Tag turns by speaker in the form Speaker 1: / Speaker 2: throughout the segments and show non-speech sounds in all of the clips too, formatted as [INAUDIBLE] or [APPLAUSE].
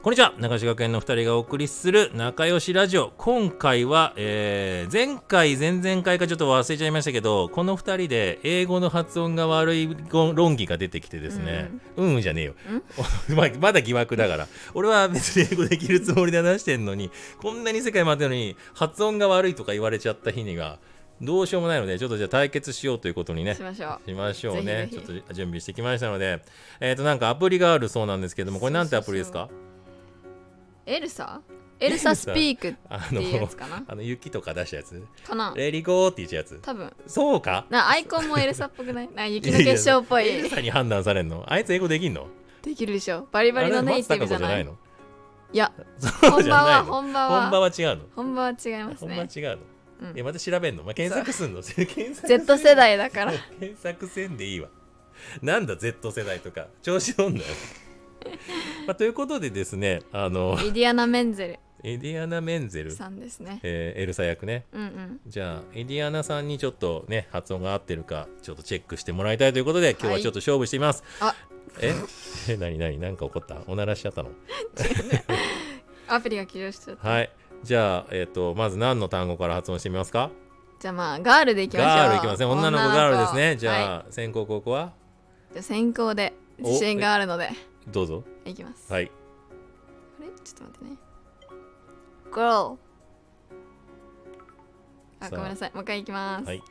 Speaker 1: こんにちは仲良し学園の2人がお送りする仲良しラジオ今回は、えー前回前々回かちょっと忘れちゃいましたけどこの2人で英語の発音が悪いご論議が出てきてですねうん、うんじゃねえよ [LAUGHS] ままだ疑惑だから俺は別に英語できるつもりで話してんのにこんなに世界回ってるのに発音が悪いとか言われちゃった日にはどうしようもないのでちょっとじゃあ対決しようということにね
Speaker 2: しましょう
Speaker 1: しましょう
Speaker 2: ぜ
Speaker 1: ね
Speaker 2: ひぜひ
Speaker 1: ちょっと準備してきましたのでえっ、となんかアプリがあるそうなんですけどもこれなんてアプリですか
Speaker 2: エルサエルサスピークっていうやつかな
Speaker 1: あの雪とか出したやつ
Speaker 2: かな
Speaker 1: レリゴーって言っちゃうやつ
Speaker 2: 多分
Speaker 1: そうか
Speaker 2: なアイコンもエルサっぽく
Speaker 1: [LAUGHS]
Speaker 2: ないな雪の結晶っぽい
Speaker 1: エルサに判断されんのあいつ英語できんの
Speaker 2: できるでしょバリバリの
Speaker 1: あれ
Speaker 2: ネイティブ
Speaker 1: 松た
Speaker 2: じゃ
Speaker 1: か子
Speaker 2: ない
Speaker 1: の
Speaker 2: いや
Speaker 1: そう
Speaker 2: 本
Speaker 1: じ
Speaker 2: 場
Speaker 1: ゃな
Speaker 2: はい
Speaker 1: の
Speaker 2: 本場
Speaker 1: 本場
Speaker 2: は
Speaker 1: は違うの
Speaker 2: 本場は違います
Speaker 1: 本場は
Speaker 2: ね
Speaker 1: 違うの
Speaker 2: うん
Speaker 1: いやまた調べんの、まあ、検索すんの [LAUGHS] 検索
Speaker 2: Z 世代だから
Speaker 1: 検索せんでいいわなんだ Z 世代とか調子
Speaker 2: [LAUGHS]
Speaker 1: 乗んだよ、まあ、ということでですねあの
Speaker 2: イディアナ・メンゼ
Speaker 1: エディアナ・メンゼル、
Speaker 2: ルさんですね
Speaker 1: えーエルサ役ね
Speaker 2: うんうん
Speaker 1: じゃあエディアナさんにちょっとね発音が合ってるかちょっとチェックしてもらいたいということで今日はちょっと勝負してみます、
Speaker 2: あ
Speaker 1: え [LAUGHS] え何何何か起こったおならしちゃったの
Speaker 2: アプリが起動しちゃった
Speaker 1: はいじゃあえっ、とまず何の単語から発音してみますか
Speaker 2: じゃあまあガールでいきましょう
Speaker 1: ガールいきますね女の子ガールですねじ
Speaker 2: あ、は
Speaker 1: ゃあ、先行高校はい
Speaker 2: じゃあ先行で
Speaker 1: お
Speaker 2: 自信があるので
Speaker 1: どうぞ
Speaker 2: いきます
Speaker 1: はい
Speaker 2: あれちょっと待ってね。Girl。あ、
Speaker 1: さあ
Speaker 2: ごめんなさい。もう一回いきます。
Speaker 1: はい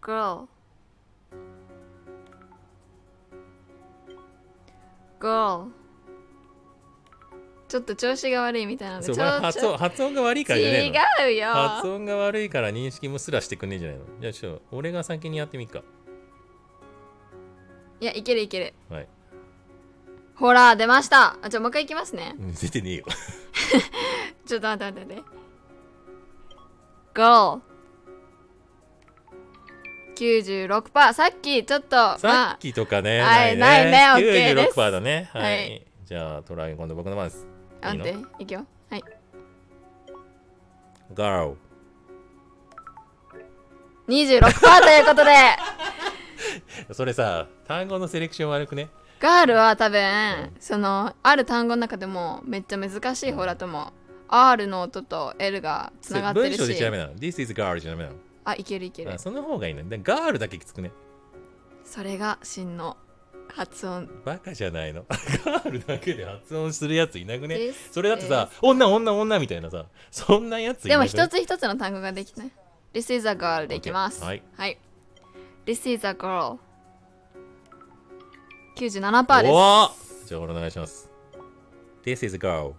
Speaker 2: Girl。Girl。ちょっと調子が悪いみたいなので、
Speaker 1: そう
Speaker 2: ち
Speaker 1: まあ
Speaker 2: ょ
Speaker 1: 発
Speaker 2: ちょ
Speaker 1: 音発音が悪いからじゃねえの
Speaker 2: 違うよ。
Speaker 1: 発音が悪いから認識もすらしてくんねえじゃないのじゃあちょっと俺が先にやってみっか
Speaker 2: いや、いけるいける。
Speaker 1: はい [LAUGHS]
Speaker 2: ほら、出ました。あ、ちょ、もう一回いきますね。
Speaker 1: うん出てねえよ
Speaker 2: ちょっと待って待って待って。Girl。96%さっきちょっとま
Speaker 1: さ
Speaker 2: あ
Speaker 1: っきとかね、
Speaker 2: はいないね OK です
Speaker 1: 96%だねはい、
Speaker 2: はい
Speaker 1: じゃあトライ今度僕の番ですいい
Speaker 2: 待
Speaker 1: の
Speaker 2: っていくよはい
Speaker 1: ガール
Speaker 2: 26%ということで [LAUGHS]
Speaker 1: それさ単語のセレクション悪くね
Speaker 2: ガールは多分、そのある単語の中でもめっちゃ難しい方だと思う R の音と L がつながって
Speaker 1: 文
Speaker 2: る
Speaker 1: 章で言っちゃダメ
Speaker 2: し
Speaker 1: なの This is girl じゃダメなの
Speaker 2: あいけるいける
Speaker 1: あその方がいいのでガールだけきつくね
Speaker 2: それが真の発音
Speaker 1: バカじゃないの [LAUGHS] ガールだけで発音するやついなくね
Speaker 2: です
Speaker 1: それだってさ女女女みたいなさそんなやついな
Speaker 2: で
Speaker 1: く
Speaker 2: も
Speaker 1: ね
Speaker 2: 一つ一つの単語ができない。This is a girl でいきます。
Speaker 1: OK はい。
Speaker 2: This is a girl。97%で
Speaker 1: おおじゃあ俺お願いします This is girl
Speaker 2: す。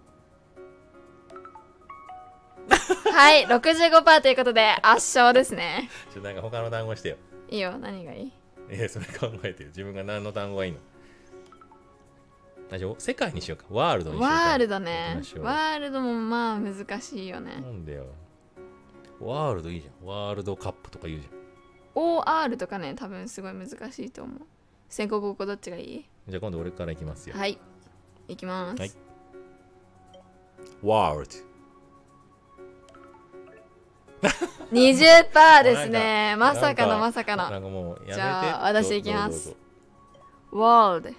Speaker 2: はい、65%ということで圧勝ですね。
Speaker 1: ちょっとなんか他の単語してよ
Speaker 2: いいよ、何がいい
Speaker 1: えそれ考えてよ自分が何の単語がいいの大丈夫世界にしようかワールドにしようか
Speaker 2: ワールド
Speaker 1: 行き
Speaker 2: ね
Speaker 1: まし。ょう
Speaker 2: ワールドもまあ難しいよね
Speaker 1: な。んだよワールドいいじゃんワールドカップとか言うじゃん
Speaker 2: OR とかね、多分すごい難しいと思う。先行後攻どっちがいい
Speaker 1: じゃあ今度俺からいきますよ。
Speaker 2: はい。いきます。
Speaker 1: はいワールド。
Speaker 2: 20%ですね。まさか
Speaker 1: な
Speaker 2: の
Speaker 1: ん
Speaker 2: まさかの
Speaker 1: な。んかもうやめて。
Speaker 2: じゃあ
Speaker 1: どうぞ
Speaker 2: 私いきます
Speaker 1: どうぞ
Speaker 2: World。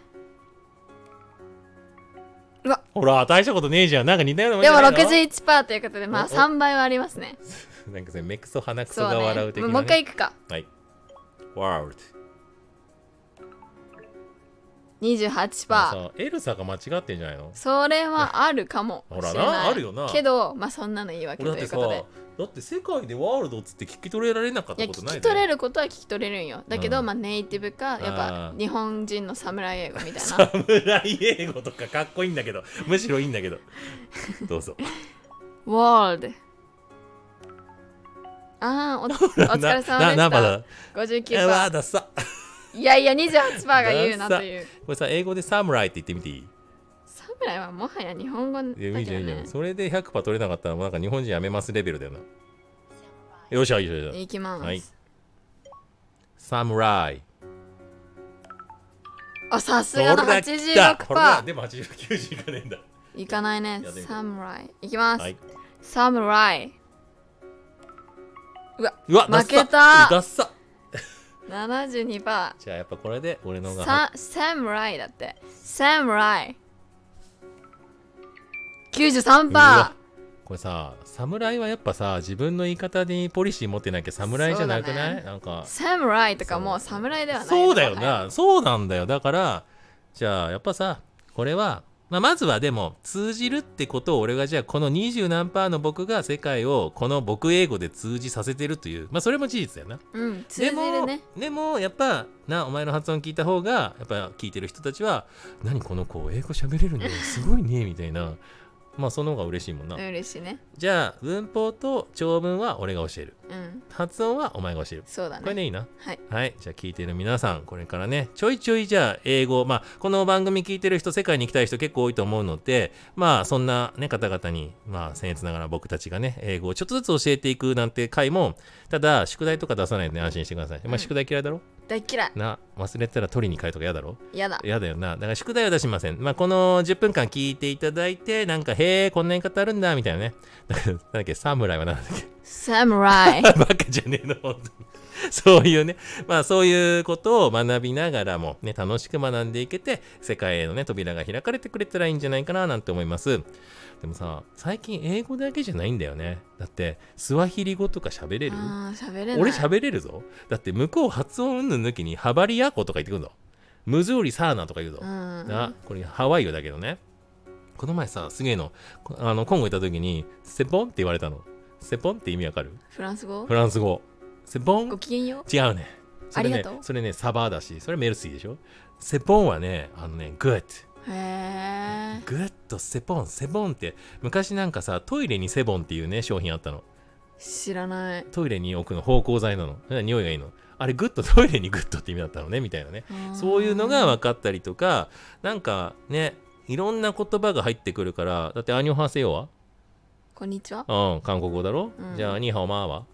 Speaker 1: ほら、大したことねえじゃん。なんか似たようなもんじ
Speaker 2: で
Speaker 1: ゃ
Speaker 2: も
Speaker 1: ないの。
Speaker 2: 61%ということで、ま
Speaker 1: お
Speaker 2: あ3倍はありますね。
Speaker 1: なんかそれ、目くそ鼻くそ
Speaker 2: そう
Speaker 1: が
Speaker 2: ね。
Speaker 1: 笑う的な、ね。
Speaker 2: もう一回いくか。
Speaker 1: はい。ワールド。あ
Speaker 2: 28%。
Speaker 1: のさエルサが間違ってんじゃないの
Speaker 2: それはあるかも
Speaker 1: [LAUGHS]
Speaker 2: し
Speaker 1: ほ
Speaker 2: れ
Speaker 1: ら
Speaker 2: ない。
Speaker 1: なあるよな
Speaker 2: けど、まあそんなの言い訳
Speaker 1: 俺
Speaker 2: と
Speaker 1: だって
Speaker 2: いう
Speaker 1: さ、
Speaker 2: ことで。
Speaker 1: だって世界でワールドっつって聞き取れられなかっ
Speaker 2: いや
Speaker 1: たこと
Speaker 2: 聞
Speaker 1: ない
Speaker 2: き取れ
Speaker 1: る。
Speaker 2: ることは聞き取れるんよ。だけど、
Speaker 1: うん
Speaker 2: まあネイティブか、やっ
Speaker 1: あ
Speaker 2: ぱ
Speaker 1: ー
Speaker 2: 日本人の侍英語みたいな。
Speaker 1: 侍英語とかかっこいいんだけど、むしろいいんだけど。どうぞ。
Speaker 2: World。ああ、
Speaker 1: [LAUGHS]
Speaker 2: [LAUGHS] おお疲れ様で
Speaker 1: なな
Speaker 2: した
Speaker 1: な。えわ
Speaker 2: 59%。
Speaker 1: ださ。
Speaker 2: いやいや、28%が言うなという。
Speaker 1: これさ、英語でサムライって言ってみていい
Speaker 2: 侍はもはや日本語だ
Speaker 1: いや、い
Speaker 2: け
Speaker 1: いじゃん、
Speaker 2: ど
Speaker 1: いいじゃ
Speaker 2: ね
Speaker 1: ん。。それで100%取れなかったら、もうなんか日本人やめますレベルだよな。よっしゃ、いいじゃん、いいじゃん。
Speaker 2: いきます。
Speaker 1: はいサムライ。
Speaker 2: あ、さすがの
Speaker 1: 俺だ来たほら
Speaker 2: 86%。
Speaker 1: でも89時いかねえんだ。
Speaker 2: いかないね
Speaker 1: やってみ。て
Speaker 2: サムライ。いきます。
Speaker 1: はい。
Speaker 2: サムライ。うわ、
Speaker 1: うわ、
Speaker 2: 負け
Speaker 1: ダッサ
Speaker 2: た
Speaker 1: ダッサ
Speaker 2: 72%
Speaker 1: じゃあやっぱこれで俺のがは
Speaker 2: ササムライだってサムライ93%
Speaker 1: うわこれさ侍はやっぱさ自分の言い方にポリシー持ってなきゃ侍じゃなくない、
Speaker 2: そうだね
Speaker 1: なんか
Speaker 2: サムライとかもう侍ではない
Speaker 1: そうだよなそうなんだよだからじゃあやっぱさこれは、まあ、まずはでも通じるってことを俺がじゃあこの二十何パーの僕が世界をこの僕英語で通じさせてるというまあそれも事実だよな
Speaker 2: うん通じるね
Speaker 1: でもでもやっぱなお前の発音聞いた方がやっぱ聞いてる人たちは「何この子英語喋れるんだよすごいね」みたいなまあその方が嬉しいもんな、
Speaker 2: 嬉しいね
Speaker 1: じゃあ文法と長文は俺が教える
Speaker 2: うん
Speaker 1: 発音はお前が教える
Speaker 2: そうだ
Speaker 1: これ
Speaker 2: ね
Speaker 1: ねいいな
Speaker 2: はい
Speaker 1: はい。じゃあ聞いている皆さん、これからね、ちょいちょいじゃあ英語、まあ、この番組聞いてる人、世界に行きたい人結構多いと思うので、まあ、そんなね、方々に、まあ、僭越ながら僕たちがね、英語をちょっとずつ教えていくなんて回も、ただ、宿題とか出さないでね、安心してください。ま
Speaker 2: う
Speaker 1: あ、
Speaker 2: ん
Speaker 1: 宿題嫌いだろ
Speaker 2: 大嫌い
Speaker 1: な、忘れてたら取りに帰るとか嫌だろ
Speaker 2: やだ
Speaker 1: 嫌だよな。だから宿題は出しません。まあ、この10分間聞いていただいて、なんか、へえ、こんな言い方あるんだ、みたいなね。だからなんだっけ、侍はなんだっけ
Speaker 2: サムライ
Speaker 1: [LAUGHS] バカじゃねえの、本当に。そういうね、まあそういうことを学びながらも、ね、楽しく学んでいけて、世界へのね、扉が開かれてくれたらいいんじゃないかな、なんて思います。でもさ、最近英語だけじゃないんだよね。だって、スワヒリ語とか喋れる
Speaker 2: あー喋れない
Speaker 1: 俺喋れるぞ。だって、向こう発音うんぬん抜きに、ハバリアコとか言ってくるぞ。ムズーリサーナとか言うぞ。
Speaker 2: うん
Speaker 1: なこれハワイ語だけどねこの前さすげえのこあの今後行った時にセポンって言われたのセポンって意味わかる
Speaker 2: フランス語
Speaker 1: フランス語。セボン
Speaker 2: ごきげんよ
Speaker 1: 違うね。それ
Speaker 2: あ
Speaker 1: ね
Speaker 2: りがとう、
Speaker 1: それね、サバだし、それメルシーでしょ。セボンはね、あのね、グッ
Speaker 2: うへえ
Speaker 1: グッとセボン、セボンって、昔なんかさ、トイレにセボンっていうね、商品あったの。
Speaker 2: 知らない
Speaker 1: トイレに置くの芳香剤なの。匂いがいいの。あれ、グッとトイレにグッとって意味だったのね、みたいなね。そういうのが分かったりとか、なんかね、いろんな言葉が入ってくるから、だって、アニョハセヨは
Speaker 2: こんにちは
Speaker 1: うん、韓国語だろ、
Speaker 2: うん
Speaker 1: じゃあ、ニーハオマーは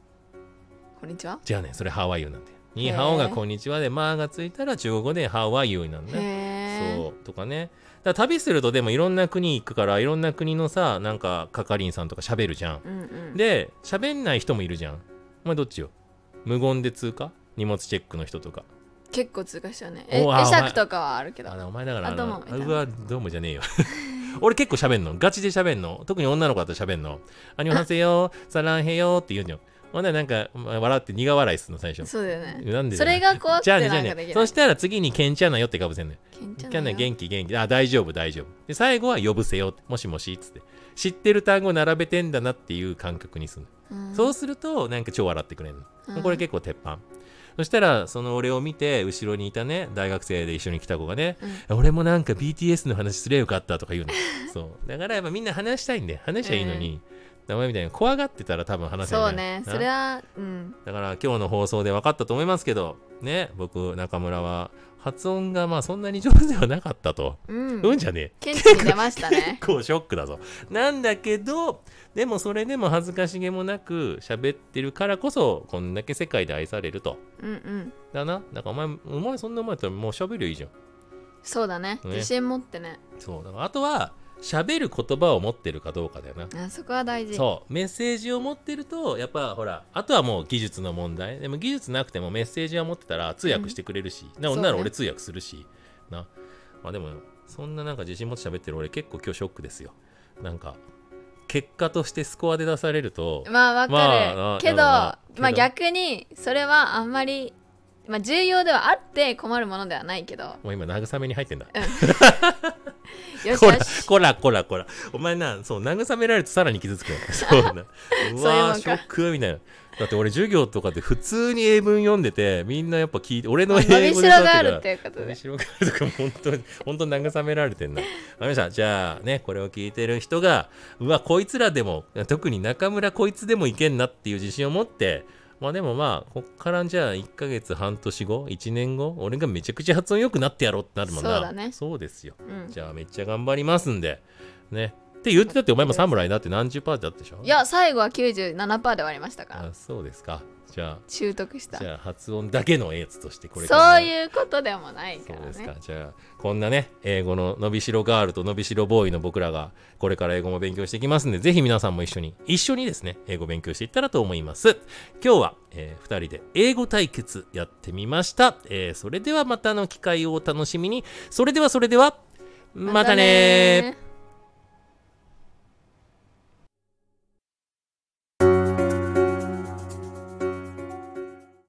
Speaker 2: こんにちは
Speaker 1: じゃあね、それハワイ語なんだよ。ニーハオがこんにちはで、マーがついたら中国語でハワイ語になるんだよ。
Speaker 2: へえ
Speaker 1: そうとかねだから旅するとでもいろんな国行くからいろんな国のさなんか係員さんとか喋るじゃん
Speaker 2: うんうん
Speaker 1: で喋んない人もいるじゃんお前どっちよ無言で通過荷物チェックの人とか
Speaker 2: 結構通過したねえ
Speaker 1: おあ
Speaker 2: 会
Speaker 1: お前
Speaker 2: 釈とかはあるけど
Speaker 1: あお前だから
Speaker 2: あどうも
Speaker 1: の
Speaker 2: みたいな
Speaker 1: うわどうもじゃねえよ [LAUGHS] 俺結構喋んのガチで喋んの特に女の子だと喋んの「アニョハセヨサランヘヨ」って言うのよほんならなんか笑って苦笑いするの最初
Speaker 2: そうだよね
Speaker 1: なんで
Speaker 2: それが [LAUGHS] 怖く
Speaker 1: じ
Speaker 2: て
Speaker 1: ゃ
Speaker 2: な
Speaker 1: あね
Speaker 2: ん
Speaker 1: じゃあ
Speaker 2: かで
Speaker 1: ね
Speaker 2: きな
Speaker 1: そ
Speaker 2: い
Speaker 1: したら次にケンチャーナよってかぶせんのよ
Speaker 2: けんちゃ
Speaker 1: 一
Speaker 2: んだ
Speaker 1: 回
Speaker 2: よ
Speaker 1: ね元気元気あ大丈夫大丈夫で最後は呼ぶせよもしもしっつって知ってる単語並べてんだなっていう感覚にする、
Speaker 2: うん
Speaker 1: そうするとなんか超笑ってくれるの、
Speaker 2: うん
Speaker 1: これ結構鉄板そしたらその俺を見て後ろにいたね大学生で一緒に来た子がね、俺もなんか BTS の話すりゃよかったとか言う
Speaker 2: [LAUGHS]
Speaker 1: のそうだからやっぱみんな話したいんで話しゃいいのに、名前みたいに怖がってたら多分話せない
Speaker 2: そうね
Speaker 1: な
Speaker 2: それはうん
Speaker 1: だから今日の放送で分かったと思いますけどね僕中村は発音がまあそんなに上手ではなかったと
Speaker 2: うん
Speaker 1: うんじゃねえ
Speaker 2: ケンチに出ましたね [LAUGHS]
Speaker 1: 結構ショックだぞなんだけどでもそれでも恥ずかしげもなく喋ってるからこそこんだけ世界で愛されると
Speaker 2: うんうん
Speaker 1: だなだからお前お前そんな前だったらもう喋りゃいいじゃん
Speaker 2: そうだね
Speaker 1: ね
Speaker 2: 自信持ってね
Speaker 1: そうだからあとは喋る言葉を持ってるかどうかだよな
Speaker 2: あそこは大事
Speaker 1: そうメッセージを持ってるとやっぱほらあとはもう技術の問題でも技術なくてもメッセージは持ってたら通訳してくれるし、な
Speaker 2: そうね
Speaker 1: なら俺通訳するしな、まあ、でもそんななんか自信持って喋ってる俺結構今日ショックですよなんか結果としてスコアで出されると、
Speaker 2: まあわ
Speaker 1: まあ
Speaker 2: かるけど
Speaker 1: まあ
Speaker 2: ま
Speaker 1: けど
Speaker 2: あ逆にそれはあんまりまあ重要ではあって困るものではな
Speaker 1: [LAUGHS]
Speaker 2: いけど
Speaker 1: もう今慰めに入ってんだ
Speaker 2: よし
Speaker 1: こ
Speaker 2: よ
Speaker 1: ら
Speaker 2: し
Speaker 1: こらこらこらお前なそう慰められるとさらに傷つく
Speaker 2: [LAUGHS]
Speaker 1: よそうなう
Speaker 2: そういうもん
Speaker 1: わ
Speaker 2: か
Speaker 1: ーショックみたいなだって俺授業とかで普通に英文読んでてみんなやっぱ聞いて俺の英
Speaker 2: 伸
Speaker 1: 語で
Speaker 2: びしろがあるっていうことで
Speaker 1: 後ろからとかも本当に本当に慰められてんな。わかりました。じゃあね、これを聞いてる人が、うわ、こいつらでも、特に中村こいつでもいけんなっていう自信を持って、まあでもまあ、こっからじゃあ1ヶ月半年後、1年後、俺がめちゃくちゃ発音良くなってやろうってなるもんな。
Speaker 2: そうだね
Speaker 1: そうですよ。
Speaker 2: うん
Speaker 1: じゃあめっちゃ頑張りますんで、ね。っって言ってたってお前も侍だって何十パーだったでしょ
Speaker 2: いや最後は97%で終わりましたから
Speaker 1: あそうですかじゃ
Speaker 2: 習得し
Speaker 1: あ
Speaker 2: た
Speaker 1: じゃあ発音だけのやつとしてこれから
Speaker 2: そういうことでもない
Speaker 1: そ
Speaker 2: か
Speaker 1: う
Speaker 2: ら
Speaker 1: ですか
Speaker 2: ね
Speaker 1: じゃあこんなね英語の伸びしろガールと伸びしろボーイの僕らがこれから英語も勉強していきますんでぜひ皆さんも一緒に一緒にですね英語勉強していったらと思います今日は、え2人で英語対決やってみました、えーそれではまたの機会をお楽しみにそれではそれではまたね
Speaker 2: またねー